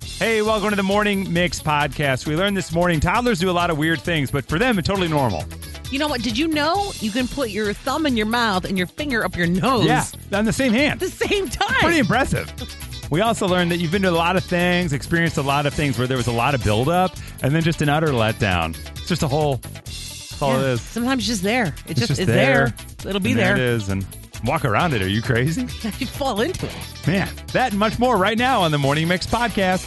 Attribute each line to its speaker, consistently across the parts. Speaker 1: Hey, welcome to the Morning Mix podcast. We learned this morning toddlers do a lot of weird things, but for them, it's totally normal.
Speaker 2: You know what? Did you know you can put your thumb in your mouth and your finger up your nose
Speaker 1: Yeah, on the same hand.
Speaker 2: at the same time?
Speaker 1: Pretty impressive. We also learned that you've been to a lot of things, experienced a lot of things where there was a lot of buildup, and then just an utter letdown. It's just a whole. That's all it
Speaker 2: Yeah.
Speaker 1: is.
Speaker 2: Sometimes it's just there. It
Speaker 1: It's
Speaker 2: just, is there. It'll be
Speaker 1: And
Speaker 2: there.
Speaker 1: It is, and walk around it. Are you crazy,
Speaker 2: you fall into it.
Speaker 1: man? That and much more right now on the Morning Mix podcast.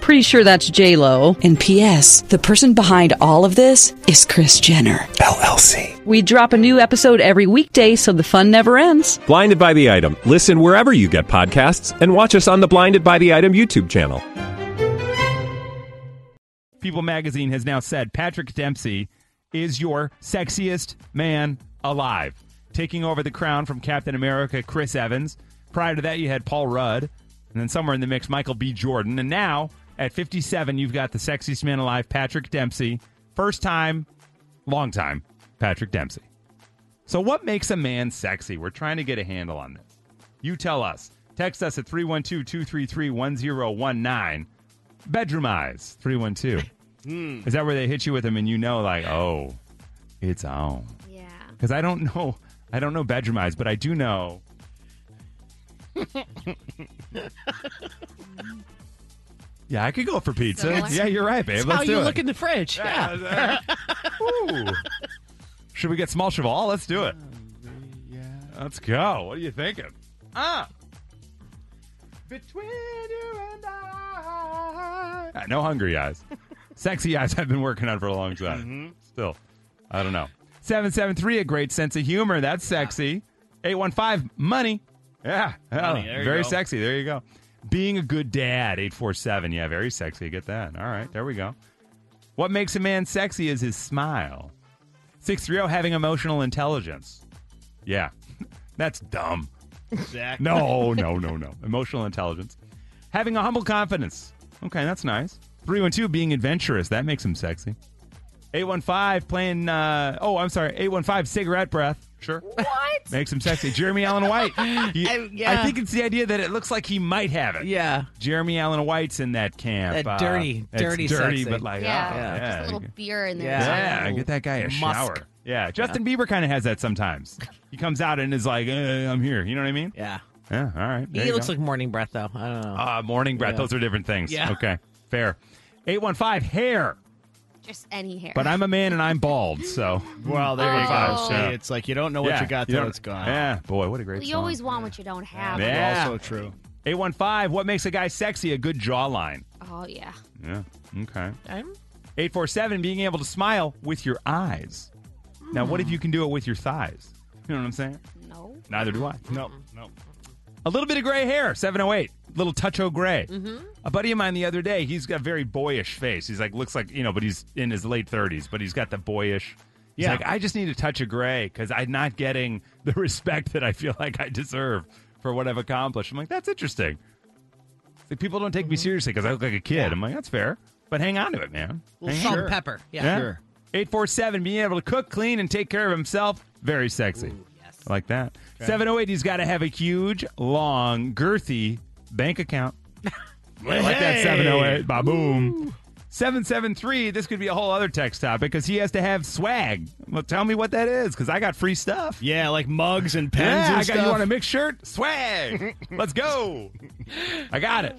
Speaker 3: Pretty sure that's J Lo.
Speaker 4: And P.S. The person behind all of this is Chris Jenner.
Speaker 5: LLC.
Speaker 3: We drop a new episode every weekday, so the fun never ends.
Speaker 5: Blinded by the item. Listen wherever you get podcasts, and watch us on the Blinded by the Item YouTube channel.
Speaker 1: People magazine has now said Patrick Dempsey is your sexiest man alive, taking over the crown from Captain America Chris Evans. Prior to that, you had Paul Rudd, and then somewhere in the mix, Michael B. Jordan. And now, at 57, you've got the sexiest man alive, Patrick Dempsey. First time, long time, Patrick Dempsey. So, what makes a man sexy? We're trying to get a handle on this. You tell us. Text us at 312 233 1019. Bedroom Eyes 312. Is that where they hit you with them and you know, like, oh, it's on?
Speaker 6: Yeah.
Speaker 1: Because I don't know. I don't know Bedroom Eyes, but I do know. yeah, I could go for pizza.
Speaker 6: Similar?
Speaker 1: Yeah, you're right, babe.
Speaker 2: That's
Speaker 1: Let's
Speaker 2: how
Speaker 1: do
Speaker 2: you
Speaker 1: it.
Speaker 2: look in the fridge. Yeah.
Speaker 1: Ooh. Should we get small cheval? Let's do it.
Speaker 2: Oh,
Speaker 1: Yeah. Let's go. What are you thinking? Ah. Between you and I. Ah, No hungry eyes. Sexy eyes I've been working on for a long time.
Speaker 7: Mm-hmm.
Speaker 1: Still. I don't know. 773, a great sense of humor. That's sexy. 815, money. Yeah.
Speaker 7: Money, there you
Speaker 1: very
Speaker 7: go.
Speaker 1: sexy. There you go. Being a good dad, 847. Yeah, very sexy. Get that. All right. There we go. What makes a man sexy is his smile. 630 having emotional intelligence. Yeah. That's dumb.
Speaker 7: Exactly.
Speaker 1: No, no, no, no. Emotional intelligence. Having a humble confidence. Okay, that's nice. 312 being adventurous. That makes him sexy. 815 playing uh oh, I'm sorry. 815 cigarette breath. Sure.
Speaker 2: What?
Speaker 1: Makes him sexy. Jeremy Allen White. He-
Speaker 2: I- yeah.
Speaker 1: I think it's the idea that it looks like he might have it.
Speaker 2: Yeah.
Speaker 1: Jeremy Allen White's in that camp. Uh,
Speaker 2: That dirty,
Speaker 1: it's
Speaker 2: dirty
Speaker 1: dirty,
Speaker 2: sexy.
Speaker 1: but like,
Speaker 6: Yeah.
Speaker 1: oh, yeah.
Speaker 6: Just a little beer in there.
Speaker 2: Yeah.
Speaker 1: Yeah,
Speaker 2: Little
Speaker 1: get that guy a
Speaker 2: musk.
Speaker 1: shower. Yeah, Justin Bieber kind of has that sometimes. He comes out and is like, eh, "I'm here." You know what I mean?
Speaker 2: Yeah.
Speaker 1: Yeah. All right. there
Speaker 2: He
Speaker 1: you
Speaker 2: looks
Speaker 1: go.
Speaker 2: like morning breath though. I don't know.
Speaker 1: Ah, morning breath. Those are different things.
Speaker 2: Yeah.
Speaker 1: Okay. Fair. Eight one five hair,
Speaker 6: Just any hair.
Speaker 1: but I'm a man and I'm bald, so
Speaker 7: Well, there you go.
Speaker 6: Oh.
Speaker 7: See, it's like you don't know what
Speaker 1: yeah,
Speaker 7: you got
Speaker 1: you
Speaker 7: till
Speaker 1: don't-
Speaker 7: it's gone.
Speaker 1: Yeah, boy, what a great.
Speaker 6: Well, you
Speaker 1: song.
Speaker 6: always want what you don't have.
Speaker 1: Yeah.
Speaker 7: Also true.
Speaker 1: 815, What makes a guy sexy? A good jawline.
Speaker 6: Oh yeah.
Speaker 1: Yeah. Okay.
Speaker 2: I'm-
Speaker 1: 847 being able to smile with your eyes. Now, what if you can do it with your thighs? You know what I'm saying?
Speaker 6: No.
Speaker 1: Neither do I.
Speaker 7: No, no.
Speaker 1: A little bit of gray hair, 708. Little touch o' gray. A buddy of mine the other day, he's got a very boyish face. He's like, looks like, you know, but he's in his late 30s, but he's got the boyish. He's
Speaker 7: Yeah.
Speaker 1: like, I just need a touch of gray because I'm not getting the respect that I feel like I deserve for what I've accomplished. I'm like, that's interesting. It's like, people don't take me
Speaker 2: Mm-hmm.
Speaker 1: seriously because I look like a kid. I'm like, that's fair. But hang on to it, man.
Speaker 2: Little
Speaker 1: Hang
Speaker 2: salt
Speaker 1: on.
Speaker 2: and pepper. Yeah.
Speaker 1: Yeah.
Speaker 7: Sure.
Speaker 1: 847, being able to cook, clean, and take care of himself. Very sexy. I like that. 708, he's got to have a huge, long, girthy bank account. I like that
Speaker 7: Hey!
Speaker 1: 708. Ba boom. 773, this could be a whole other text topic because he has to have swag. Well, tell me what that is because I got free stuff.
Speaker 7: Yeah, like mugs and pens
Speaker 1: Yeah,
Speaker 7: and
Speaker 1: I got
Speaker 7: stuff.
Speaker 1: you on a mixed shirt? Swag. Let's go. I got it.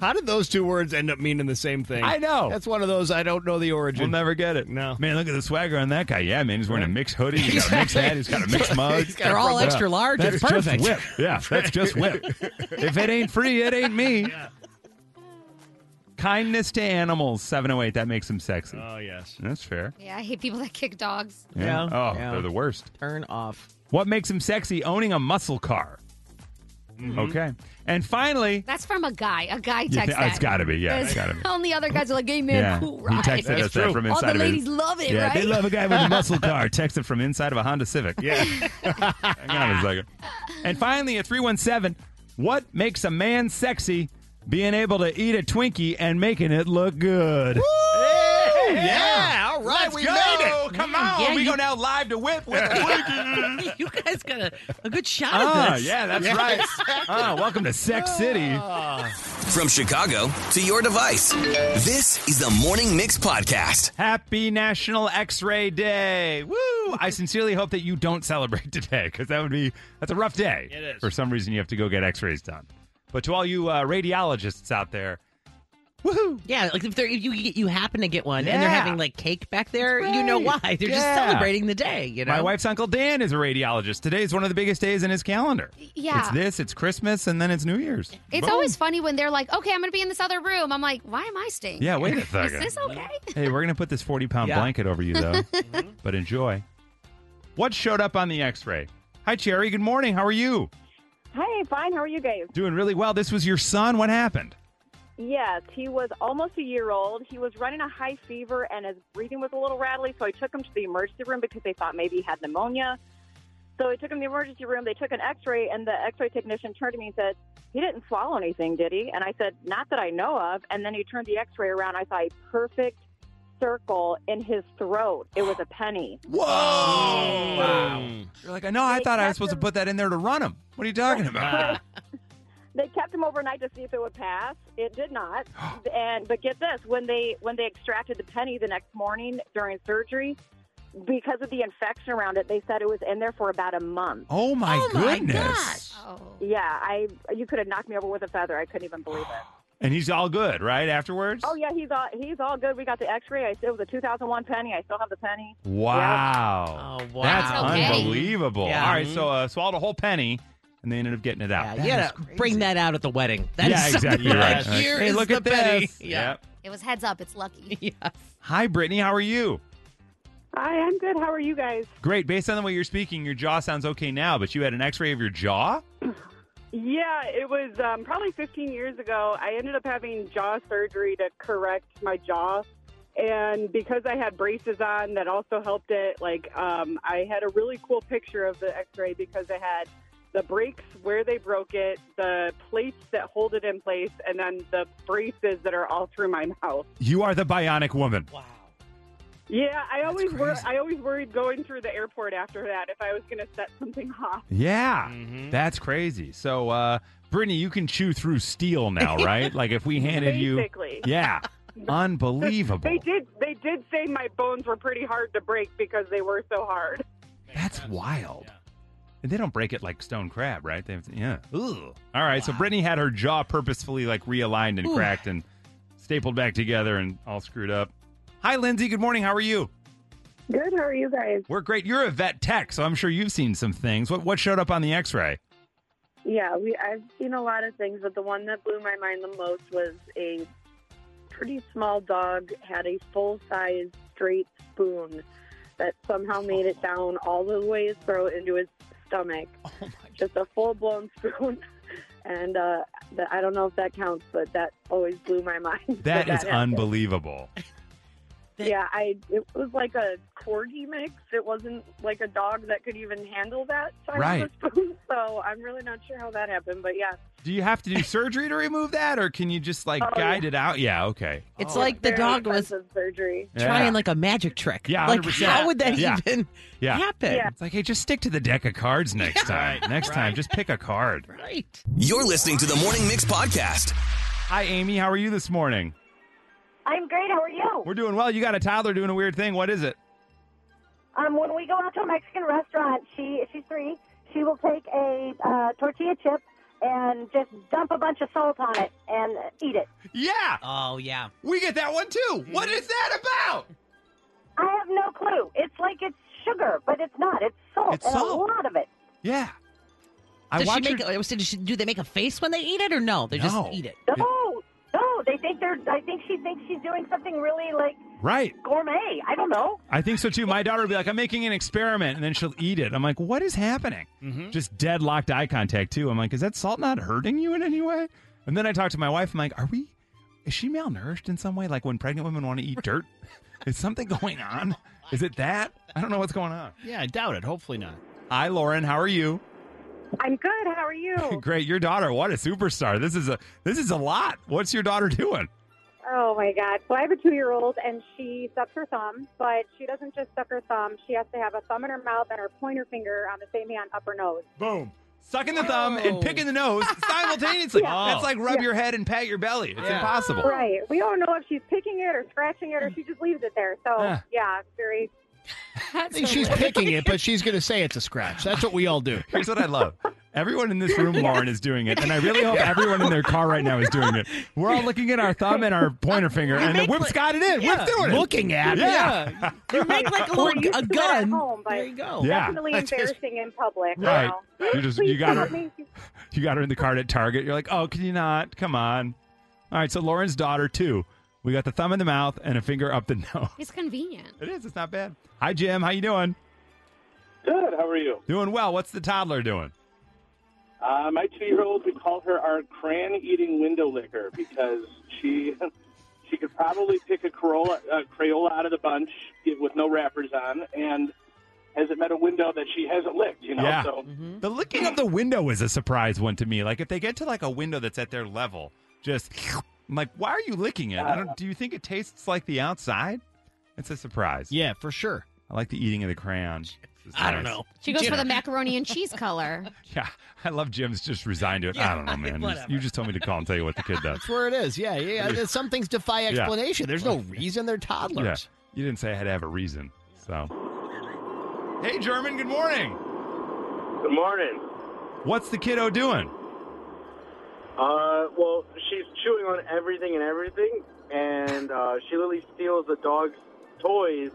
Speaker 7: How did those two words end up meaning the same thing?
Speaker 1: I know.
Speaker 7: That's one of those I don't know the origin.
Speaker 1: We'll never get it.
Speaker 7: No.
Speaker 1: Man, look at the swagger on that guy. Yeah, man, he's wearing a mixed hoodie. He's got a mixed hat. He's got a mixed mug.
Speaker 7: He's got
Speaker 2: They're all
Speaker 7: Yeah.
Speaker 2: extra large.
Speaker 1: That's
Speaker 2: it's
Speaker 1: just
Speaker 2: perfect.
Speaker 1: whip. Yeah, that's just whip. if it ain't free, it ain't me. Kindness to animals, 708. That makes them sexy.
Speaker 7: Oh yes.
Speaker 1: that's fair.
Speaker 6: Yeah, I hate people that kick dogs.
Speaker 1: Yeah. Oh,
Speaker 2: yeah.
Speaker 1: they're the worst.
Speaker 2: Turn off.
Speaker 1: What makes them sexy? Owning a muscle car.
Speaker 7: Mm-hmm.
Speaker 1: Okay. And finally,
Speaker 6: That's from a guy. A guy
Speaker 1: You
Speaker 6: texted
Speaker 1: thi- oh, it's
Speaker 6: that.
Speaker 1: gotta be. Yeah, it's gotta be.
Speaker 6: All the other guys are like, "Hey man,
Speaker 1: yeah,
Speaker 6: cool
Speaker 1: he
Speaker 6: ride."
Speaker 1: texted us that from inside
Speaker 6: All
Speaker 1: of
Speaker 6: the
Speaker 1: his-
Speaker 6: ladies love it,
Speaker 1: Yeah,
Speaker 6: right?
Speaker 1: they love a guy with a muscle car. Texted from inside of a Honda Civic.
Speaker 7: Yeah.
Speaker 1: Hang on a second. And finally, at 317, what makes a man sexy? Being able to eat a Twinkie and making it look good.
Speaker 7: yeah. All right, we made it.
Speaker 1: Come on.
Speaker 2: Yeah,
Speaker 1: we
Speaker 2: you-
Speaker 1: go now live to whip with a Twinkie.
Speaker 2: you guys got a, a good shot
Speaker 1: Ah,
Speaker 2: of this.
Speaker 1: yeah, that's right. Ah, welcome to
Speaker 6: Oh.
Speaker 1: Sex City.
Speaker 8: From Chicago to your device, this is the Morning Mix Podcast.
Speaker 1: Happy National X-Ray Day. Woo! I sincerely hope that you don't celebrate today because that would be that's a rough day.
Speaker 7: It is.
Speaker 1: For some reason you have to go get X-rays done. But to all you uh, radiologists out there, woohoo!
Speaker 2: Yeah, like if, they're, if you get- you happen to get one and they're
Speaker 1: Yeah.
Speaker 2: having like cake back there, you know why?
Speaker 1: Right.
Speaker 2: They're just
Speaker 1: Yeah.
Speaker 2: celebrating the day. You know,
Speaker 1: My wife's uncle Dan is a radiologist. Today is one of the biggest days in his calendar.
Speaker 6: Yeah.
Speaker 1: It's this, it's Christmas, and then it's New Year's.
Speaker 6: It's
Speaker 1: Boom.
Speaker 6: always funny when they're like, "Okay, I'm gonna be in this other room." I'm like, "Why am I staying?"
Speaker 1: Yeah, wait a
Speaker 6: here? Is
Speaker 1: second.
Speaker 6: this okay?
Speaker 1: Hey, we're gonna put this forty pound
Speaker 2: Yeah.
Speaker 1: blanket over you though. but enjoy. What showed up on the X-ray? Hi, Cherry. Good morning. How are you?
Speaker 9: Hey, fine. How are you guys?
Speaker 1: Doing really well. This was your son. What happened?
Speaker 9: Yes, he was almost a year old. He was running a high fever and his breathing was a little rattly, so I took him to the emergency room because they thought maybe he had pneumonia. So I took him to the emergency room. They took an x ray, and the x ray technician turned to me and said, He didn't swallow anything, did he? And I said, Not that I know of. And then he turned the x ray around. I saw a perfect circle in his throat. It was a penny.
Speaker 1: Whoa! Wow. You're like, no, I
Speaker 9: They
Speaker 1: thought I was
Speaker 9: kept
Speaker 1: supposed
Speaker 9: him-
Speaker 1: to put that in there to run him. What are you
Speaker 2: Oh,
Speaker 1: talking about?
Speaker 9: they kept him overnight to see if it would pass. It did not. and but get this, when they when they extracted the penny the next morning during surgery, because of the infection around it, they said it was in there for about a month.
Speaker 1: oh my
Speaker 2: Oh my
Speaker 1: goodness!
Speaker 6: Oh.
Speaker 9: Yeah, I you could have knocked me over with a feather. I couldn't even believe it.
Speaker 1: And he's all good, right? Afterwards?
Speaker 9: Oh yeah, he's all he's all good. We got the X-ray. I it was a 2001 penny. I still have the penny.
Speaker 1: Wow!
Speaker 2: Oh, wow.
Speaker 1: That's
Speaker 6: Okay.
Speaker 1: unbelievable.
Speaker 2: Yeah.
Speaker 1: All right, so uh, swallowed a whole penny, and they ended up getting it out.
Speaker 2: yeah, you gotta bring that out at the wedding. That is
Speaker 1: yeah, exactly
Speaker 2: something
Speaker 1: right.
Speaker 2: like,
Speaker 1: Like,
Speaker 2: Here
Speaker 1: hey,
Speaker 2: is
Speaker 1: look
Speaker 2: the
Speaker 1: at
Speaker 2: penny.
Speaker 1: this.
Speaker 2: Yeah.
Speaker 1: Yep.
Speaker 6: It was heads up. It's lucky.
Speaker 2: yeah.
Speaker 1: Hi, Brittany. How are you?
Speaker 9: Hi, I'm good. How are you guys?
Speaker 1: Great. Based on the way you're speaking, your jaw sounds okay now, but you had an X-ray of your jaw.
Speaker 9: Yeah, it was um, probably 15 years ago. I ended up having jaw surgery to correct my jaw. And because I had braces on, that also helped it. Like, um, I had a really cool picture of the x ray because I had the breaks where they broke it, the plates that hold it in place, and then the braces that are all through my mouth.
Speaker 1: You are the bionic woman.
Speaker 2: Wow.
Speaker 9: Yeah, I always wor- I always worried going through the airport after that if I was going to set something off.
Speaker 1: Yeah, that's crazy. So, uh, Brittany, you can chew through steel now, right? like if we handed you,
Speaker 9: Basically.
Speaker 1: yeah, unbelievable.
Speaker 9: They did. They did say my bones were pretty hard to break because they were so hard.
Speaker 1: That's wild. And they don't break it like stone crab, right? They have to, yeah. Ooh. All right. So Brittany had her jaw purposefully like realigned and cracked and stapled back together and all screwed up. Hi, Lindsay. Good morning. How are you?
Speaker 9: Good. How are you guys?
Speaker 1: We're great. You're a vet tech, so I'm sure you've seen some things. What what showed up on the X-ray?
Speaker 9: Yeah, we. I've seen a lot of things, but the one that blew my mind the most was a pretty small dog had a full size straight spoon that somehow made it down all the way his throat into his stomach. Oh my! Just a full blown spoon. And uh, the, I don't know if that counts, but that always blew my mind.
Speaker 1: That is
Speaker 9: happened.
Speaker 1: unbelievable.
Speaker 9: Yeah, I it was like a corgi mix. It wasn't like a dog that could even handle that size
Speaker 1: Right.
Speaker 9: of a spoon. So I'm really not sure how that happened, but yeah.
Speaker 1: Do you have to do surgery to remove that, or can you just like
Speaker 9: Oh,
Speaker 1: guide it out? Yeah, okay.
Speaker 2: It's like the
Speaker 9: Very
Speaker 2: dog was
Speaker 9: expensive surgery.
Speaker 1: Yeah.
Speaker 2: trying like a magic trick.
Speaker 1: Yeah,
Speaker 2: like
Speaker 1: 100%.
Speaker 2: how would that
Speaker 1: Yeah.
Speaker 2: even
Speaker 1: Yeah.
Speaker 2: happen?
Speaker 9: Yeah.
Speaker 1: It's like, hey, just stick to the deck of cards next time. Next time, just pick a card.
Speaker 2: Right.
Speaker 8: You're listening to the Morning Mix Podcast.
Speaker 1: Hi, Amy. How are you this morning?
Speaker 9: I'm great. How are you?
Speaker 1: We're doing well. You got a toddler doing a weird thing. What is it?
Speaker 9: Um, when we go out to a Mexican restaurant, she she's three. She will take a uh, tortilla chip and just dump a bunch of salt on it and eat it.
Speaker 1: Yeah,
Speaker 2: Oh, yeah.
Speaker 1: we get that one too. What is that about?
Speaker 9: I have no clue. It's like it's sugar, but it's not. It's salt,
Speaker 1: It's
Speaker 9: and
Speaker 1: salt.
Speaker 9: a lot of it.
Speaker 1: Yeah, I
Speaker 2: Does she
Speaker 1: watch
Speaker 2: make?
Speaker 1: her-
Speaker 2: I was saying, does she- do they make a face when they eat it, or no? They
Speaker 1: No.
Speaker 2: just eat it.
Speaker 9: No, no, they think they're. I think she thinks she's doing something really like
Speaker 1: right.
Speaker 9: gourmet. I don't know.
Speaker 1: I think so too. My daughter would be like, I'm making an experiment, and then she'll eat it. I'm like, what is happening?
Speaker 7: Mm-hmm.
Speaker 1: Just deadlocked eye contact too. I'm like, is that salt not hurting you in any way? And then I talk to my wife. I'm like, are we? Is she malnourished in some way? Like when pregnant women want to eat dirt, is something going on? Is it that? I don't know what's going on.
Speaker 7: Yeah, I doubt it. Hopefully not.
Speaker 1: Hi, Lauren. How are you?
Speaker 9: I'm good. How are you?
Speaker 1: Great. Your daughter. What a superstar. This is a this is a lot. What's your daughter doing?
Speaker 9: oh my God! So I have a two-year-old, and she sucks her thumb, but she doesn't just suck her thumb. She has to have a thumb in her mouth and her pointer finger on the same hand up her nose.
Speaker 1: Boom. Sucking the thumb and picking the nose simultaneously. That's like rub your head and pat your belly. It's impossible.
Speaker 9: Right. We don't know if she's picking it or scratching it, or she just leaves it there. So
Speaker 1: Yeah.
Speaker 9: yeah, it's very.
Speaker 7: I think she's picking it, but she's going to say it's a scratch. That's what we all do.
Speaker 1: Here's what I love. Everyone in this room, Lauren, is doing it, and I really hope everyone in their car right now is doing it. We're all looking at our thumb and our pointer finger, and then Whip's got it in. Whip's doing it.
Speaker 7: Looking at it.
Speaker 1: yeah,
Speaker 2: You make like a little
Speaker 9: We're used
Speaker 2: a
Speaker 9: to that at
Speaker 2: gun.
Speaker 9: home, but
Speaker 2: there you go.
Speaker 1: yeah.
Speaker 9: Definitely
Speaker 7: That's just-
Speaker 9: embarrassing in public. you
Speaker 1: Right.
Speaker 9: know.
Speaker 1: You just you
Speaker 9: Please
Speaker 1: got
Speaker 9: stop
Speaker 1: her
Speaker 9: me.
Speaker 1: you got her in the cart at Target. You're like, oh, can you not? Come on. All right, so Lauren's daughter too. We got the thumb in the mouth and a finger up the nose.
Speaker 6: It's convenient.
Speaker 1: It is. It's not bad. Hi, Jim. How you doing?
Speaker 10: Good. How are you?
Speaker 1: Doing well. What's the toddler doing?
Speaker 10: Uh, my two-year-old, we call her our crayon-eating window licker because she she could probably pick a Corolla, uh, Crayola out of the bunch get- with no wrappers on, and hasn't met a window that she hasn't licked. You know,
Speaker 1: Yeah.
Speaker 10: so
Speaker 7: Mm-hmm.
Speaker 1: The licking of the window is a surprise one to me. Like if they get to like a window that's at their level, just I'm like, why are you licking it? I don't, do you think it tastes like the outside? It's a surprise.
Speaker 7: Yeah, for sure.
Speaker 1: I like the eating of the crayon. This is
Speaker 7: I don't
Speaker 1: nice.
Speaker 7: know.
Speaker 6: She goes for
Speaker 7: Dinner.
Speaker 6: the macaroni and cheese color.
Speaker 1: Yeah, I love Jim's just resigned to it. I don't know, man. You-
Speaker 7: whatever.
Speaker 1: You just told me to call and tell you what the kid does.
Speaker 7: That's where it is. Yeah, yeah. yeah. Some things defy explanation. There's no reason they're
Speaker 1: Yeah,
Speaker 7: toddlers.
Speaker 1: you didn't say I had to have a reason. So, hey, German. Good morning.
Speaker 10: good morning.
Speaker 1: What's the kiddo doing?
Speaker 10: Uh, well, she's chewing on everything and everything, and uh, she literally steals the dog's toys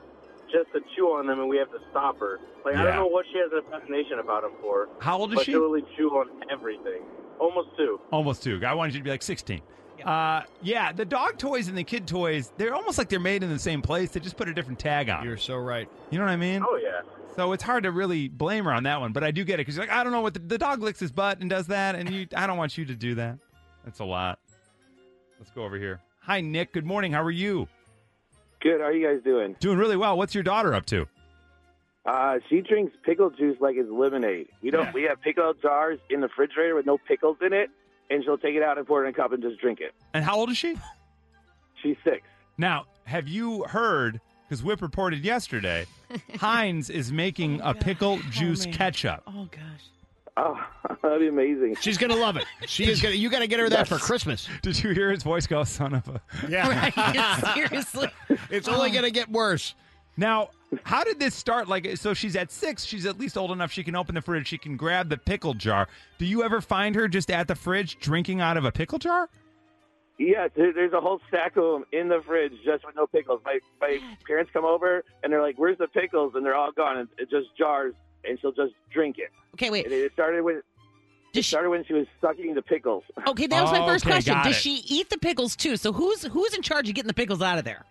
Speaker 10: just to chew on them, and we have to stop her. Like I
Speaker 1: Yeah.
Speaker 10: don't know what she has a fascination about him for,
Speaker 1: How old is
Speaker 10: but
Speaker 1: she?
Speaker 10: she literally chew on everything. Almost two.
Speaker 1: Almost two. I wanted you to be like 16. Uh, yeah, the dog toys and the kid toys, they're almost like they're made in the same place. They just put a different tag on.
Speaker 7: You're
Speaker 1: it.
Speaker 7: so right.
Speaker 1: You know what I mean?
Speaker 10: Oh yeah.
Speaker 1: So it's hard to really blame her on that one, but I do get it because you're like, I don't know what the, the dog licks his butt and does that, and you, I don't want you to do that. That's a lot. Let's go over here. Hi, Nick. Good morning. How are you?
Speaker 10: Good. How are you guys doing?
Speaker 1: Doing really well. What's your daughter up to?
Speaker 10: Uh, she drinks pickle juice like it's lemonade. We don't. We have pickle jars in the refrigerator with no pickles in it, and she'll take it out and pour it in a cup and just drink it.
Speaker 1: And how old is she?
Speaker 10: She's six.
Speaker 1: Now, have you heard? Because Whip reported yesterday, Heinz is making a pickle juice ketchup.
Speaker 2: Oh gosh.
Speaker 10: Oh, that'd be amazing.
Speaker 7: She's gonna love it. She is gonna. You gotta get her that for Christmas.
Speaker 1: Did you hear his voice go, son of a?
Speaker 7: Yeah,
Speaker 2: Right? Seriously.
Speaker 7: it's only gonna get worse.
Speaker 1: Now, how did this start? Like, so she's at six. She's at least old enough she can open the fridge. She can grab the pickle jar. Do you ever find her just at the fridge drinking out of a pickle jar?
Speaker 10: Yeah, there, there's a whole stack of them in the fridge just with no pickles. My my parents come over and they're like, "Where's the pickles?" And they're all gone. And it's just jars, and she'll just drink it.
Speaker 2: Okay,
Speaker 10: And
Speaker 2: wait.
Speaker 10: it started when it
Speaker 2: Does she,
Speaker 10: started when she was sucking the pickles.
Speaker 2: okay, that was my first
Speaker 1: Okay,
Speaker 2: question.
Speaker 1: got
Speaker 2: Does
Speaker 1: it.
Speaker 2: she eat the pickles too? So who's who's in charge of getting the pickles out of there?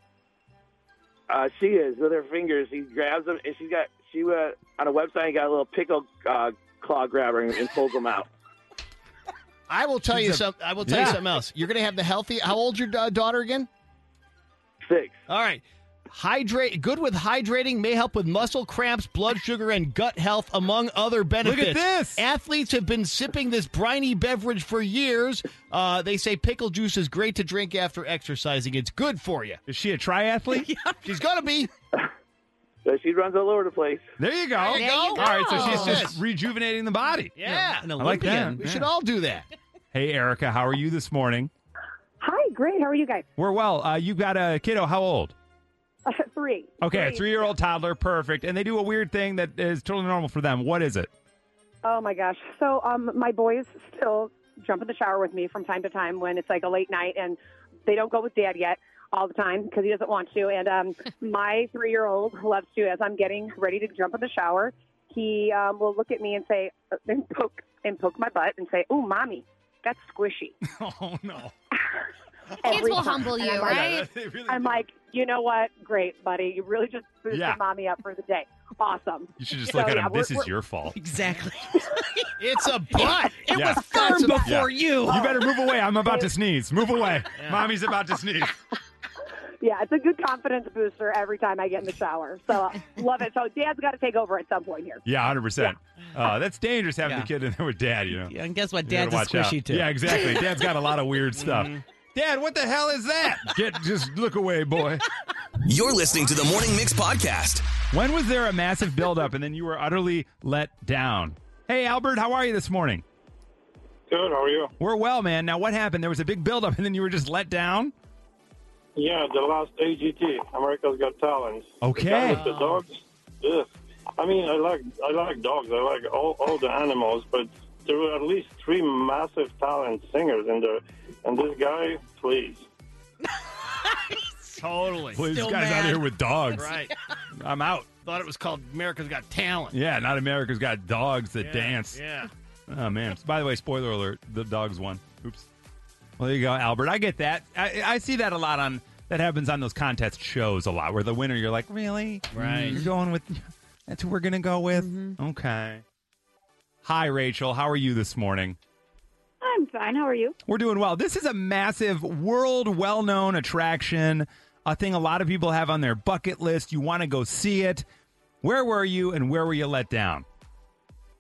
Speaker 10: Uh, she is with her fingers. She grabs them, and she's got she uh, on a website got a little pickle uh, claw grabber and, and pulls them out.
Speaker 7: I will tell you
Speaker 1: She's a-
Speaker 7: some. I will tell
Speaker 1: Yeah.
Speaker 7: you something else. You're gonna have the healthy. How old's your da- daughter again?
Speaker 10: Six.
Speaker 7: All right. Hydrate good with hydrating may help with muscle cramps, blood sugar, and gut health, among other benefits.
Speaker 1: this.
Speaker 7: Athletes have been sipping this briny beverage for years. Uh, they say pickle juice is great to drink after exercising. It's good for you.
Speaker 1: Is she a triathlete?
Speaker 7: She's gonna be.
Speaker 10: So she runs all over the place.
Speaker 1: There you go.
Speaker 7: There you go.
Speaker 1: All right, so
Speaker 10: Oh.
Speaker 1: she's
Speaker 7: Yes.
Speaker 1: just rejuvenating the body.
Speaker 7: Yeah.
Speaker 2: An
Speaker 1: I like
Speaker 2: Olympian.
Speaker 1: that.
Speaker 7: We
Speaker 1: Yeah.
Speaker 7: should all do that.
Speaker 1: Hey, Erica, how are you this morning?
Speaker 9: Hi, great. How are you guys?
Speaker 1: We're well. Uh, you got a kiddo. How old?
Speaker 9: three.
Speaker 1: Okay, a three-year-old toddler. Perfect. And they do a weird thing that is totally normal for them. What is it?
Speaker 9: Oh my gosh. So um, my boy is still
Speaker 11: jump in the shower with me from time to time when it's like a late night and they don't go with dad yet all the time because he doesn't want to. And um, my three year old loves to, as I'm getting ready to jump in the shower, he um, will look at me and say, uh, and poke, and poke my butt and say, Oh, mommy, that's squishy.
Speaker 1: Oh no.
Speaker 11: Every
Speaker 6: Kids will
Speaker 11: time.
Speaker 6: humble
Speaker 11: And
Speaker 6: you,
Speaker 11: I'm like-
Speaker 6: right?
Speaker 11: I'm like, you know what? Great, buddy. You really just boosted
Speaker 1: Yeah.
Speaker 11: mommy up for the day. Awesome.
Speaker 1: You should just
Speaker 11: So,
Speaker 1: look at
Speaker 11: yeah,
Speaker 1: him.
Speaker 11: we're-
Speaker 1: This is
Speaker 11: we're-
Speaker 1: your fault.
Speaker 2: Exactly.
Speaker 7: It's a butt.
Speaker 2: It
Speaker 1: Yeah.
Speaker 2: was firm
Speaker 7: That's a-
Speaker 2: before
Speaker 1: Yeah.
Speaker 2: you.
Speaker 1: You better move away. I'm about to sneeze. Move away. Mommy's about to sneeze.
Speaker 11: Yeah, it's a good confidence booster every time I get in the shower. So uh, love it. So dad's got to take over at some point here.
Speaker 1: Yeah, hundred percent. Uh, that's dangerous having
Speaker 2: Yeah.
Speaker 1: the kid in there with dad. You know,
Speaker 2: Yeah, and guess what?
Speaker 1: You gotta
Speaker 2: Dad's a
Speaker 1: watch out.
Speaker 2: squishy too.
Speaker 1: Yeah, exactly. Dad's got a lot of weird stuff. Dad, what the hell is that? Get just look away, boy.
Speaker 8: You're listening to the Morning Mix Podcast.
Speaker 1: When was there a massive buildup and then you were utterly let down? Hey, Albert, how are you this morning?
Speaker 12: Good. How are you?
Speaker 1: We're well, man. Now, what happened? There was a big buildup and then you were just let down?
Speaker 12: Yeah, the last AGT, America's Got Talent. The guy
Speaker 1: Okay.
Speaker 12: with the dogs. Ugh. I mean, I like I like dogs. I like all, all the animals, but there were at least three massive talent singers in there, and this guy, please.
Speaker 7: Totally.
Speaker 1: Please, this
Speaker 2: Still
Speaker 1: guy's
Speaker 2: mad.
Speaker 1: out of here with dogs.
Speaker 7: Right.
Speaker 1: I'm out.
Speaker 7: Thought it was called America's Got Talent.
Speaker 1: Yeah, not America's Got Dogs that dance.
Speaker 7: Yeah.
Speaker 1: Oh, man. By the way, spoiler alert the dogs won. Oops. Well, there you go, Albert. I get that. I, I see that a lot on. That happens on those contest shows a lot where the winner, you're like, really?
Speaker 7: Right. Mm-hmm.
Speaker 1: You're going with. That's who we're going to go with? Okay. Hi, Rachel. How are you this morning?
Speaker 11: I'm fine. How are you?
Speaker 1: We're doing well. This is a massive world well known attraction, a thing a lot of people have on their bucket list. You want to go see it. Where were you and where were you let down?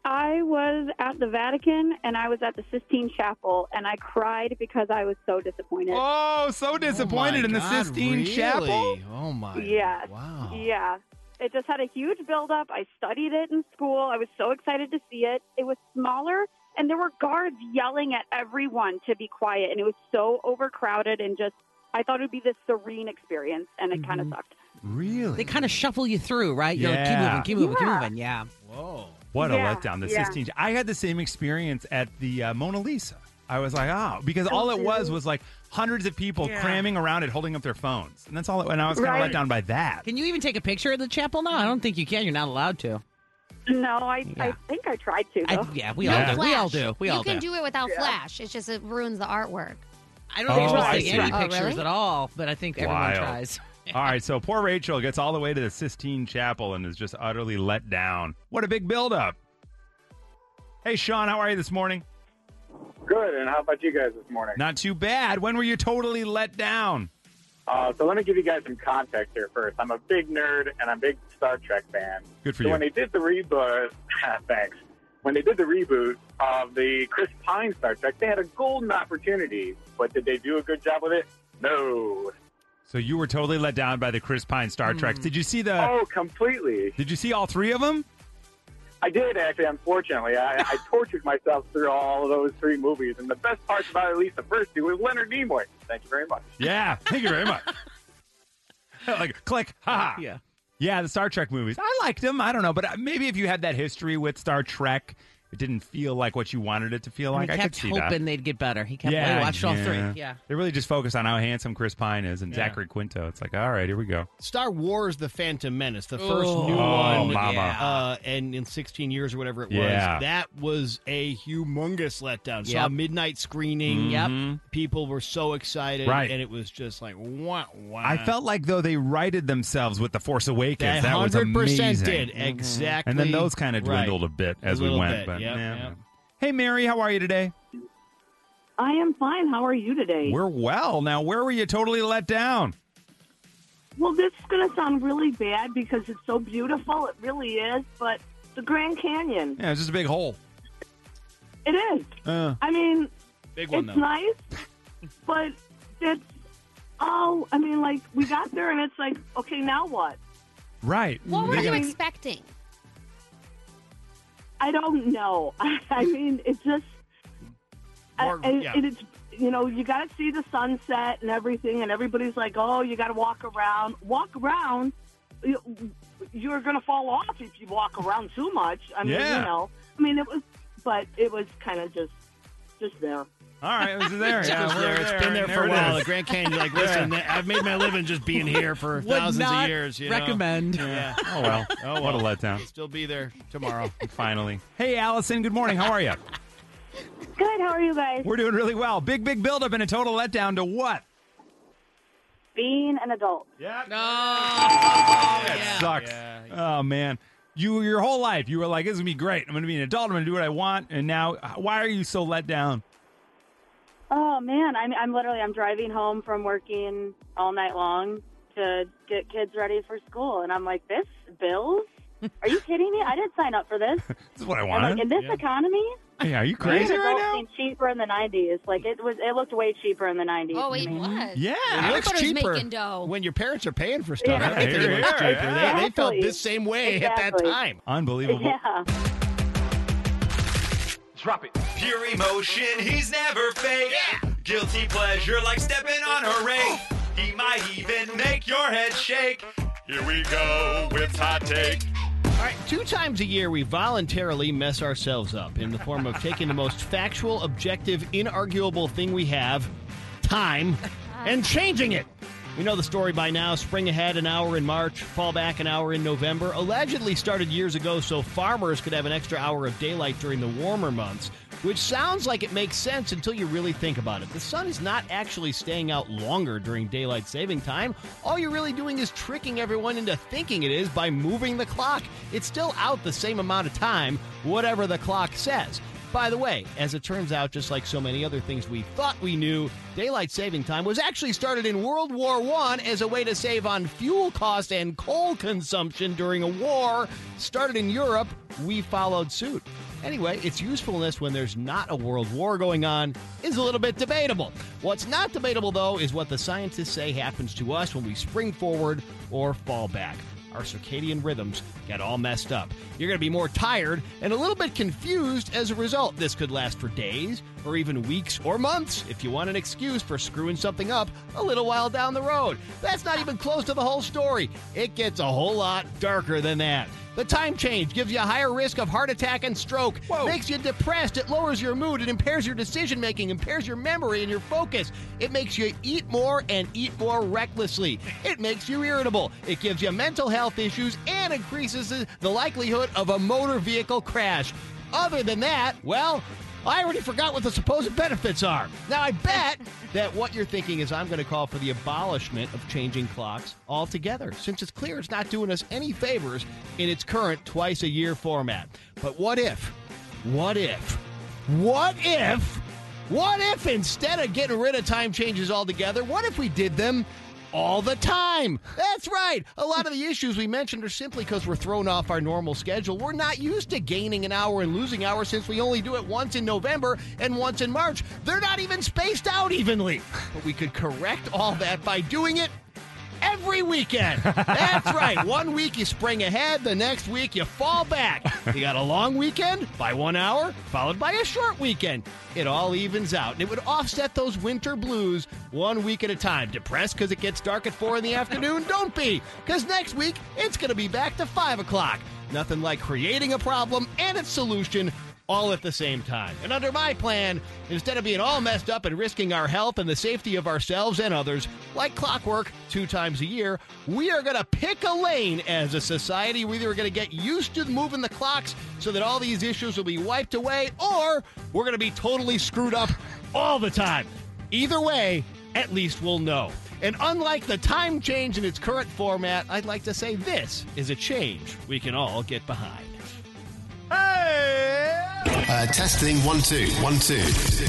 Speaker 11: I was at the Vatican and I was at the Sistine Chapel and I cried because I was so disappointed.
Speaker 1: Oh, so disappointed
Speaker 7: Oh
Speaker 1: in
Speaker 7: my
Speaker 1: the
Speaker 7: God,
Speaker 1: Sistine
Speaker 7: really?
Speaker 1: Chapel.
Speaker 7: Oh my.
Speaker 11: Yes.
Speaker 7: Wow.
Speaker 11: Yeah. It just had a huge buildup. I studied it in school. I was so excited to see it. It was smaller, and there were guards yelling at everyone to be quiet, and it was so overcrowded and just. I thought it would be this serene experience, and it
Speaker 7: Mm-hmm.
Speaker 11: kind of sucked.
Speaker 1: Really?
Speaker 2: They kind of shuffle you through, right? You're like, keep
Speaker 1: Yeah.
Speaker 2: moving, keep moving, keep
Speaker 11: Yeah.
Speaker 2: moving. Yeah.
Speaker 7: Whoa.
Speaker 1: What
Speaker 11: Yeah,
Speaker 1: a letdown. The
Speaker 11: yeah.
Speaker 1: Sistine. I had the same experience at the uh, Mona Lisa. I was like, oh, because all it was was like hundreds of people cramming around it, holding up their phones. And that's all. It, and I was kind of
Speaker 11: Right.
Speaker 1: let down by that.
Speaker 2: Can you even take a picture of the chapel now? I don't think you can. You're not allowed to.
Speaker 11: No, I, I
Speaker 2: Yeah.
Speaker 11: think I tried to.
Speaker 2: I,
Speaker 11: Though.
Speaker 2: yeah, we
Speaker 1: No
Speaker 2: all do. We all
Speaker 6: Flash.
Speaker 2: do. We
Speaker 6: you
Speaker 2: all
Speaker 6: can
Speaker 2: do.
Speaker 6: do it without flash. It's just it ruins the artwork.
Speaker 2: I don't think
Speaker 1: Oh,
Speaker 2: you're supposed
Speaker 1: I
Speaker 2: to take any
Speaker 1: see.
Speaker 6: Oh,
Speaker 2: pictures
Speaker 6: really?
Speaker 2: at all, but I think everyone
Speaker 1: Wild.
Speaker 2: tries.
Speaker 1: All right, so poor Rachel gets all the way to the Sistine Chapel and is just utterly let down. What a big buildup. Hey, Sean, how are you this morning?
Speaker 12: Good. And how about you guys this morning?
Speaker 1: Not too bad. When were you totally let down?
Speaker 12: Uh, so let me give you guys some context here first. I'm a big nerd and I'm a big Star Trek fan.
Speaker 1: Good for
Speaker 12: so
Speaker 1: you.
Speaker 12: When they did the reboot, thanks. When they did the reboot of the Chris Pine Star Trek, they had a golden opportunity, but did they do a good job with it? No.
Speaker 1: So you were totally let down by the Chris Pine Star Trek. Did you see the?
Speaker 12: Oh, completely.
Speaker 1: Did you see all three of them?
Speaker 12: I did actually. Unfortunately, I, I tortured myself through all of those three movies, and the best part about at least the first two was Leonard Nimoy. Thank you very much.
Speaker 1: Yeah. Thank you very much. like click. Ha. ha.
Speaker 2: Yeah.
Speaker 1: Yeah, the Star Trek movies. I liked them. I don't know, but uh, maybe if you had that history with Star Trek, it didn't feel like what you wanted it to feel like.
Speaker 2: And he
Speaker 1: I could
Speaker 2: kept
Speaker 1: see
Speaker 2: hoping
Speaker 1: that.
Speaker 2: they'd get better. He kept yeah, watched all three. Yeah.
Speaker 1: They really just focus on how handsome Chris Pine is and Zachary Quinto. It's like, all right, here we go.
Speaker 7: Star Wars: The Phantom Menace, the first
Speaker 2: Oh,
Speaker 7: new
Speaker 1: Oh,
Speaker 7: one,
Speaker 1: mama.
Speaker 7: uh, and in 16 years or whatever it
Speaker 1: Yeah.
Speaker 7: was, that was a humongous letdown. Saw
Speaker 2: Yep.
Speaker 7: midnight screening.
Speaker 2: Yep.
Speaker 7: People were so excited,
Speaker 1: Right.
Speaker 7: And it was just like, wow, wow.
Speaker 1: I felt like though they righted themselves with the Force
Speaker 7: that
Speaker 1: Awakens. That, was
Speaker 7: 100
Speaker 1: amazing.
Speaker 7: percent did
Speaker 1: Mm-hmm.
Speaker 7: exactly.
Speaker 1: And then those kind of dwindled
Speaker 7: right.
Speaker 1: a bit as we
Speaker 7: little
Speaker 1: went.
Speaker 7: bit,
Speaker 1: But
Speaker 7: yep,
Speaker 1: yeah.
Speaker 7: yep.
Speaker 1: Hey, Mary, how are you today?
Speaker 11: I am fine. How are you today?
Speaker 1: We're well. Now, where were you totally let down?
Speaker 11: Well, this is going to sound really bad because it's so beautiful. It really is. But the Grand Canyon,
Speaker 1: Yeah, it was just a big hole.
Speaker 11: it is.
Speaker 1: Uh,
Speaker 11: I mean,
Speaker 7: Big one
Speaker 11: it's
Speaker 7: though.
Speaker 11: nice, but it's oh, I mean, like we got there and it's like, okay, now what?
Speaker 1: right.
Speaker 6: What were
Speaker 1: They
Speaker 6: you
Speaker 1: got-
Speaker 6: expecting?
Speaker 11: I don't know. I mean, it just I-
Speaker 7: Or-
Speaker 11: I-
Speaker 7: yeah.
Speaker 11: it is. You know, you got to see the sunset and everything, and everybody's like, "Oh, you got to walk around. Walk around. You- You're going to fall off if you walk around too much." I mean,
Speaker 1: Yeah.
Speaker 11: you know. I mean, it was, but it was kind of just, just there.
Speaker 1: All right, it was there.
Speaker 7: It
Speaker 1: yeah,
Speaker 7: was
Speaker 1: we're
Speaker 7: there. It's been there for a
Speaker 1: it
Speaker 7: while.
Speaker 1: is.
Speaker 7: The Grand Canyon, you're like, listen, I've made my living just being here for
Speaker 1: Would
Speaker 7: thousands
Speaker 1: not
Speaker 7: of years. You know?
Speaker 1: recommend.
Speaker 7: Yeah.
Speaker 1: Oh well.
Speaker 7: Oh,
Speaker 1: What a
Speaker 7: well.
Speaker 1: letdown.
Speaker 7: Still be there tomorrow.
Speaker 1: Finally. Hey, Allison. Good morning. How are you?
Speaker 13: Good. How are you guys?
Speaker 1: We're doing really well. Big, big buildup and a total letdown to what?
Speaker 13: Being an adult.
Speaker 7: Yeah.
Speaker 1: That sucks. Oh man. You your whole life you were like, "This is gonna be great. I'm gonna be an adult. I'm gonna do what I want." And now, why are you so let down?
Speaker 13: Oh man, I'm I'm literally I'm driving home from working all night long to get kids ready for school, and I'm like, this bills? Are you kidding me? I didn't sign up for this.
Speaker 1: This is what I
Speaker 13: I'm like,
Speaker 1: wanted.
Speaker 13: in this economy,
Speaker 1: Hey, are you
Speaker 13: being
Speaker 1: crazy
Speaker 13: an
Speaker 1: right
Speaker 13: adult
Speaker 1: now?
Speaker 13: seemed cheaper in the '90s. Like it was, it looked way cheaper in the '90s. Oh, it was.
Speaker 1: Yeah.
Speaker 7: It looks
Speaker 13: thought it was
Speaker 7: cheaper
Speaker 13: making dough.
Speaker 7: when your parents are paying for stuff.
Speaker 1: Yeah.
Speaker 7: Everything
Speaker 1: Yeah,
Speaker 7: looks
Speaker 1: yeah,
Speaker 7: cheaper.
Speaker 1: yeah.
Speaker 7: They, they felt
Speaker 1: Exactly.
Speaker 7: this same way at that
Speaker 1: Exactly.
Speaker 7: time.
Speaker 1: Unbelievable.
Speaker 14: Drop it. Pure emotion, he's never fake. Guilty pleasure, like stepping on a rake.
Speaker 1: Oh.
Speaker 14: He might even make your head shake. Here we go with hot take.
Speaker 7: All right, two times a year we voluntarily mess ourselves up in the form of taking the most factual, objective, inarguable thing we have, time, and changing it. We know the story by now. Spring ahead an hour in March, fall back an hour in November. Allegedly started years ago so farmers could have an extra hour of daylight during the warmer months, which sounds like it makes sense until you really think about it. The sun is not actually staying out longer during daylight saving time. All you're really doing is tricking everyone into thinking it is by moving the clock. It's still out the same amount of time, whatever the clock says. By the way, as it turns out, just like so many other things we thought we knew, daylight saving time was actually started in World War I as a way to save on fuel cost and coal consumption during a war. Started in Europe, we followed suit. Anyway, its usefulness when there's not a world war going on is a little bit debatable. What's not debatable, though, is what the scientists say happens to us when we spring forward or fall back our circadian rhythms get all messed up. You're going to be more tired and a little bit confused as a result. This could last for days or even weeks or months if you want an excuse for screwing something up a little while down the road. That's not even close to the whole story. It gets a whole lot darker than that. The time change gives you a higher risk of heart attack and stroke, makes you depressed, it lowers your mood, it impairs your decision making, impairs your memory and your focus. It makes you eat more and eat more recklessly. It makes you irritable. It gives you mental health issues and increases the- the likelihood of a motor vehicle crash. Other than that, well, I already forgot what the supposed benefits are. Now, I bet that what you're thinking is I'm going to call for the abolishment of changing clocks altogether, since it's clear it's not doing us any favors in its current twice a year format. But what if? What if? What if? What if instead of getting rid of time changes altogether, what if we did them all the time. That's right. A lot of the issues we mentioned are simply because we're thrown off our normal schedule. We're not used to gaining an hour and losing hours since we only do it once in November and once in March. They're not even spaced out evenly. But we could correct all that by doing it every weekend. That's right. One week you spring ahead, the next week you fall back. You got a long weekend by one hour, followed by a short weekend. It all evens out, and it would offset those winter blues one week at a time. Depressed because it gets dark at four in the afternoon? Don't be, because next week it's going to be back to five o'clock. Nothing like creating a problem and its solution all at the same time. And under my plan, instead of being all messed up and risking our health and the safety of ourselves and others, like clockwork, two times a year, we are going to pick a lane as a society. We're either going to get used to moving the clocks so that all these issues will be wiped away, or we're going to be totally screwed up all the time. Either way, at least we'll know. And unlike the time change in its current format, I'd like to say this is a change we can all get behind.
Speaker 8: Uh, testing one two one two.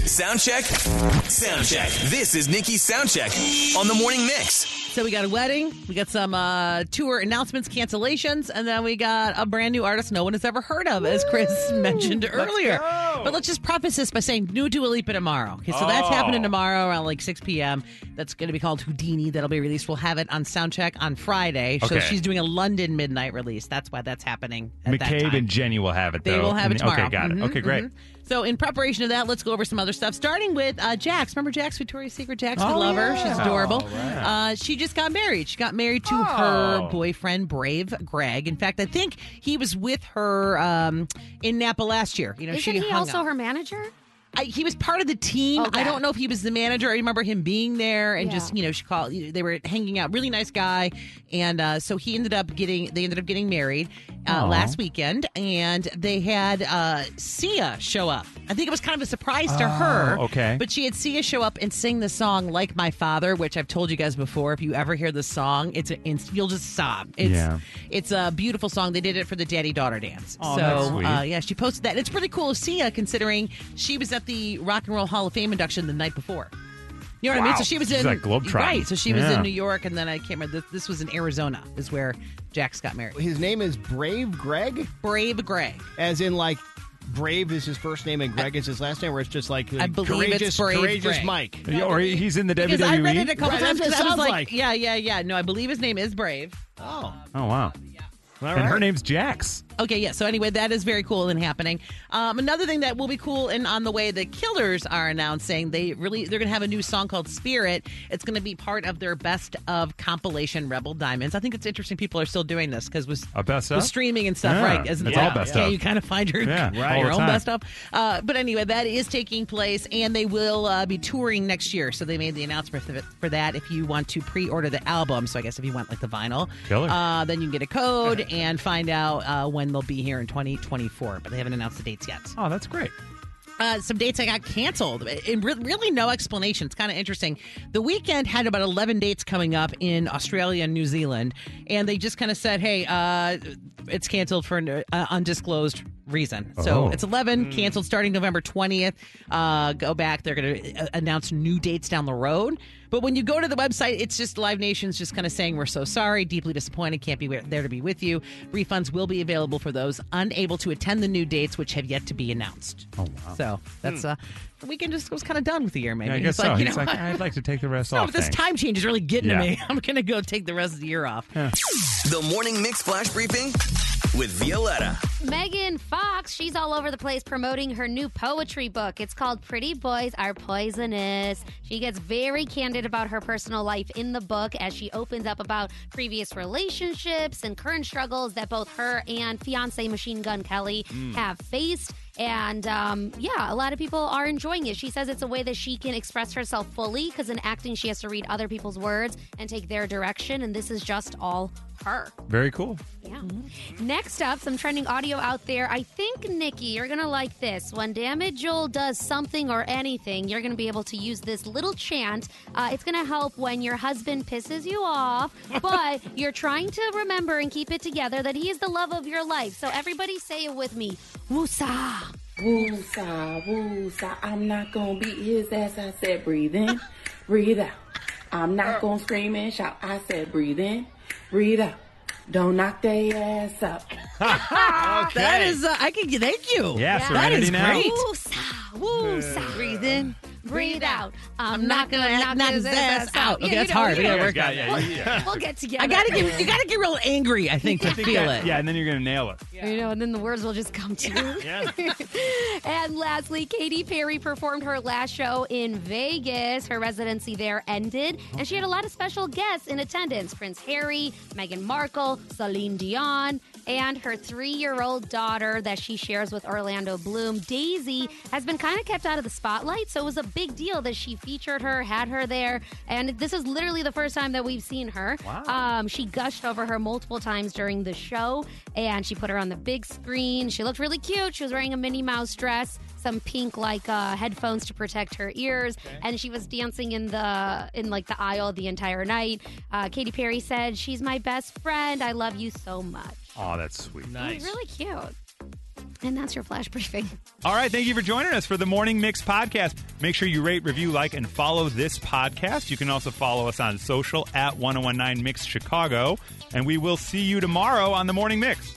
Speaker 8: Sound check, sound check. This is Nikki's sound check on the morning mix.
Speaker 2: So we got a wedding, we got some uh, tour announcements, cancellations, and then we got a brand new artist no one has ever heard of, as Chris mentioned earlier. But let's just preface this by saying new Dua Lipa tomorrow. Okay, so that's
Speaker 3: Oh.
Speaker 2: happening tomorrow around like 6 p.m. That's going to be called Houdini. That'll be released. We'll have it on Soundcheck on Friday. So
Speaker 1: Okay.
Speaker 2: she's doing a London midnight release. That's why that's happening at that time.
Speaker 1: McCabe and Jenny will have it.
Speaker 2: They
Speaker 1: though.
Speaker 2: will have it
Speaker 1: And-
Speaker 2: tomorrow.
Speaker 1: Okay, got it.
Speaker 2: Mhm,
Speaker 1: Okay, great.
Speaker 2: mhm. So, in preparation of that, let's go over some other stuff. Starting with uh, Jax. Remember Jax, Victoria's Secret Jax? We
Speaker 3: Oh,
Speaker 2: love her.
Speaker 3: yeah.
Speaker 2: She's adorable.
Speaker 3: Oh, right.
Speaker 2: uh, she just got married. She got married to
Speaker 3: Oh.
Speaker 2: her boyfriend, Brave Greg. In fact, I think he was with her um, in Napa last year. You know,
Speaker 6: Isn't
Speaker 2: she
Speaker 6: he
Speaker 2: hung
Speaker 6: also
Speaker 2: out.
Speaker 6: her manager?
Speaker 2: I, he was part of the team. I don't know if he was the manager. I remember him being there and
Speaker 11: Yeah.
Speaker 2: just you know she called. They were hanging out. Really nice guy, and uh, so he ended up getting. They ended up getting married uh,
Speaker 11: Aw.
Speaker 2: last weekend, and they had uh, Sia show up. I think it was kind of a surprise to
Speaker 1: Oh,
Speaker 2: her.
Speaker 1: okay.
Speaker 2: but she had Sia show up and sing the song "Like My Father," which I've told you guys before. If you ever hear this song, it's an inst- you'll just sob. It's
Speaker 1: Yeah.
Speaker 2: it's a beautiful song. They did it for the daddy daughter dance.
Speaker 1: Aw,
Speaker 2: so
Speaker 1: that's sweet.
Speaker 2: Uh, yeah, she posted that. It's pretty cool of Sia considering she was at the Rock and Roll Hall of Fame induction the night before. You know what I mean?
Speaker 1: Wow.
Speaker 2: So she was
Speaker 1: She's
Speaker 2: in
Speaker 1: like globetrotting.
Speaker 2: right. So she was
Speaker 1: Yeah.
Speaker 2: in New York, and then I can't remember. This, this was in Arizona, is where Jax got married.
Speaker 7: His name is Brave Greg.
Speaker 2: Brave Greg.
Speaker 7: As in, like, Brave is his first name and Greg is his last name, where it's just like
Speaker 2: I believe it's
Speaker 7: courageous,
Speaker 2: Brave
Speaker 7: courageous
Speaker 2: Greg.
Speaker 7: Mike.
Speaker 1: Yeah, or he- he's in the E.
Speaker 2: Because I read it
Speaker 1: WWE.
Speaker 2: a couple
Speaker 7: Right,
Speaker 2: times
Speaker 7: that's what
Speaker 2: because
Speaker 7: it
Speaker 2: I was
Speaker 7: sounds
Speaker 2: like,
Speaker 7: like.
Speaker 2: yeah, yeah, yeah. No, I believe his name is Brave.
Speaker 7: Oh,
Speaker 2: mm-hmm.
Speaker 1: Oh wow. and her name's Jax.
Speaker 2: Okay, yeah. So anyway, that is very cool and happening. Um, another thing that will be cool and on the way, the Killers are announcing they really they're going to have a new song called Spirit. It's going to be part of their best of compilation Rebel Diamonds. I think it's interesting people are still doing this because with,
Speaker 1: A best
Speaker 2: with
Speaker 1: of?
Speaker 2: streaming and stuff,
Speaker 1: Yeah,
Speaker 2: right? Isn't
Speaker 1: it's
Speaker 2: it?
Speaker 1: all best
Speaker 2: yeah,
Speaker 1: of.
Speaker 2: you kind of find your
Speaker 1: Yeah, all
Speaker 2: your
Speaker 1: the
Speaker 2: own
Speaker 1: time.
Speaker 2: best of. Uh, but anyway, that is taking place, and they will uh, be touring next year. So they made the announcement for- for that. If you want to pre-order the album, so I guess if you want like the vinyl,
Speaker 1: Killer.
Speaker 2: uh, then you can get a code and find out uh, when they'll be here in 2024. But they haven't announced the dates yet.
Speaker 1: Oh, that's great.
Speaker 2: Uh, some dates I got canceled. And re- really, no explanation. It's kind of interesting. The weekend had about 11 dates coming up in Australia and New Zealand. And they just kind of said, hey, uh, it's canceled for an uh, undisclosed reason. So
Speaker 11: Oh.
Speaker 2: it's 11,
Speaker 11: Mm.
Speaker 2: canceled starting November 20th. Uh, go back. They're going to uh, announce new dates down the road. But when you go to the website, it's just Live Nation's just kind of saying, we're so sorry, deeply disappointed, can't be there to be with you. Refunds will be available for those unable to attend the new dates, which have yet to be announced.
Speaker 1: Oh wow.
Speaker 2: So that's uh, the weekend just was kind of done with the year. Maybe
Speaker 1: Yeah, I guess
Speaker 2: It's
Speaker 1: so.
Speaker 2: like, you
Speaker 1: He's
Speaker 2: know,
Speaker 1: like, I'd like to take the rest
Speaker 2: no,
Speaker 1: off.
Speaker 2: but this
Speaker 1: thanks."
Speaker 2: time change is really getting
Speaker 1: Yeah.
Speaker 2: to me. I'm gonna go take the rest of the year off.
Speaker 8: The Morning Mix Flash Briefing with Violetta.
Speaker 6: Megan Fox, she's all over the place promoting her new poetry book. It's called Pretty Boys Are Poisonous. She gets very candid about her personal life in the book as she opens up about previous relationships and current struggles that both her and fiance Machine Gun Kelly
Speaker 11: Mm.
Speaker 6: have faced. And um, yeah, a lot of people are enjoying it. She says it's a way that she can express herself fully because in acting, she has to read other people's words and take their direction. And this is just all her.
Speaker 1: Very cool.
Speaker 6: Yeah. Mm-hmm. Next up, some trending audio out there. I think, Nikki, you're going to like this. When Damage Joel does something or anything, you're going to be able to use this little chant. Uh, it's going to help when your husband pisses you off, but you're trying to remember and keep it together that he is the love of your life. So everybody say it with me. Woosah.
Speaker 15: Woosah, woosah, I'm not gonna beat his ass. I said, breathe in, breathe out. I'm not gonna scream and shout. I said, breathe in, breathe out. Don't knock their ass up.
Speaker 2: That is, uh, I can thank you.
Speaker 15: Yeah,
Speaker 2: that
Speaker 15: Serenity
Speaker 2: is
Speaker 15: now.
Speaker 2: great.
Speaker 6: Woosah, woosah. Breathe in, breathe out. I'm,
Speaker 2: I'm not
Speaker 6: not going
Speaker 2: gonna
Speaker 6: to
Speaker 2: knock,
Speaker 6: knock,
Speaker 2: his ass out.
Speaker 6: Yeah,
Speaker 2: Okay,
Speaker 6: you
Speaker 2: that's
Speaker 6: know,
Speaker 2: hard.
Speaker 6: you
Speaker 2: We gotta
Speaker 6: know.
Speaker 2: work
Speaker 1: Yeah,
Speaker 2: on
Speaker 1: yeah,
Speaker 2: that.
Speaker 1: yeah.
Speaker 6: We'll get together.
Speaker 2: I gotta get you gotta get real angry. I think to feel
Speaker 1: yeah,
Speaker 2: it.
Speaker 1: Yeah, and then you're gonna nail it.
Speaker 6: You know, and then the words will just come to you. and lastly, Katy Perry performed her last show in Vegas. Her residency there ended, and she had a lot of special guests in attendance Prince Harry, Meghan Markle, Celine Dion, and her three year old daughter that she shares with Orlando Bloom. Daisy has been kind of kept out of the spotlight, so it was a big deal that she featured her, had her there, and this is literally the first time that we've seen her.
Speaker 11: Wow.
Speaker 6: Um, she gushed over her multiple times during the show, and she put her on the big screen. She looked really cute. She was wearing a Minnie Mouse dress, some pink like uh, headphones to protect her ears, and she was dancing in the in like the aisle the entire night. Uh, Katy Perry said, "She's my best friend. I love you so much."
Speaker 1: Oh, that's sweet.
Speaker 6: It was really cute. And that's your flash briefing.
Speaker 1: All right, thank you for joining us for the Morning Mix podcast. Make sure you rate, review, like, and follow this podcast. You can also follow us oh on social at 1019 Mix Chicago, and we will see you tomorrow on the Morning Mix.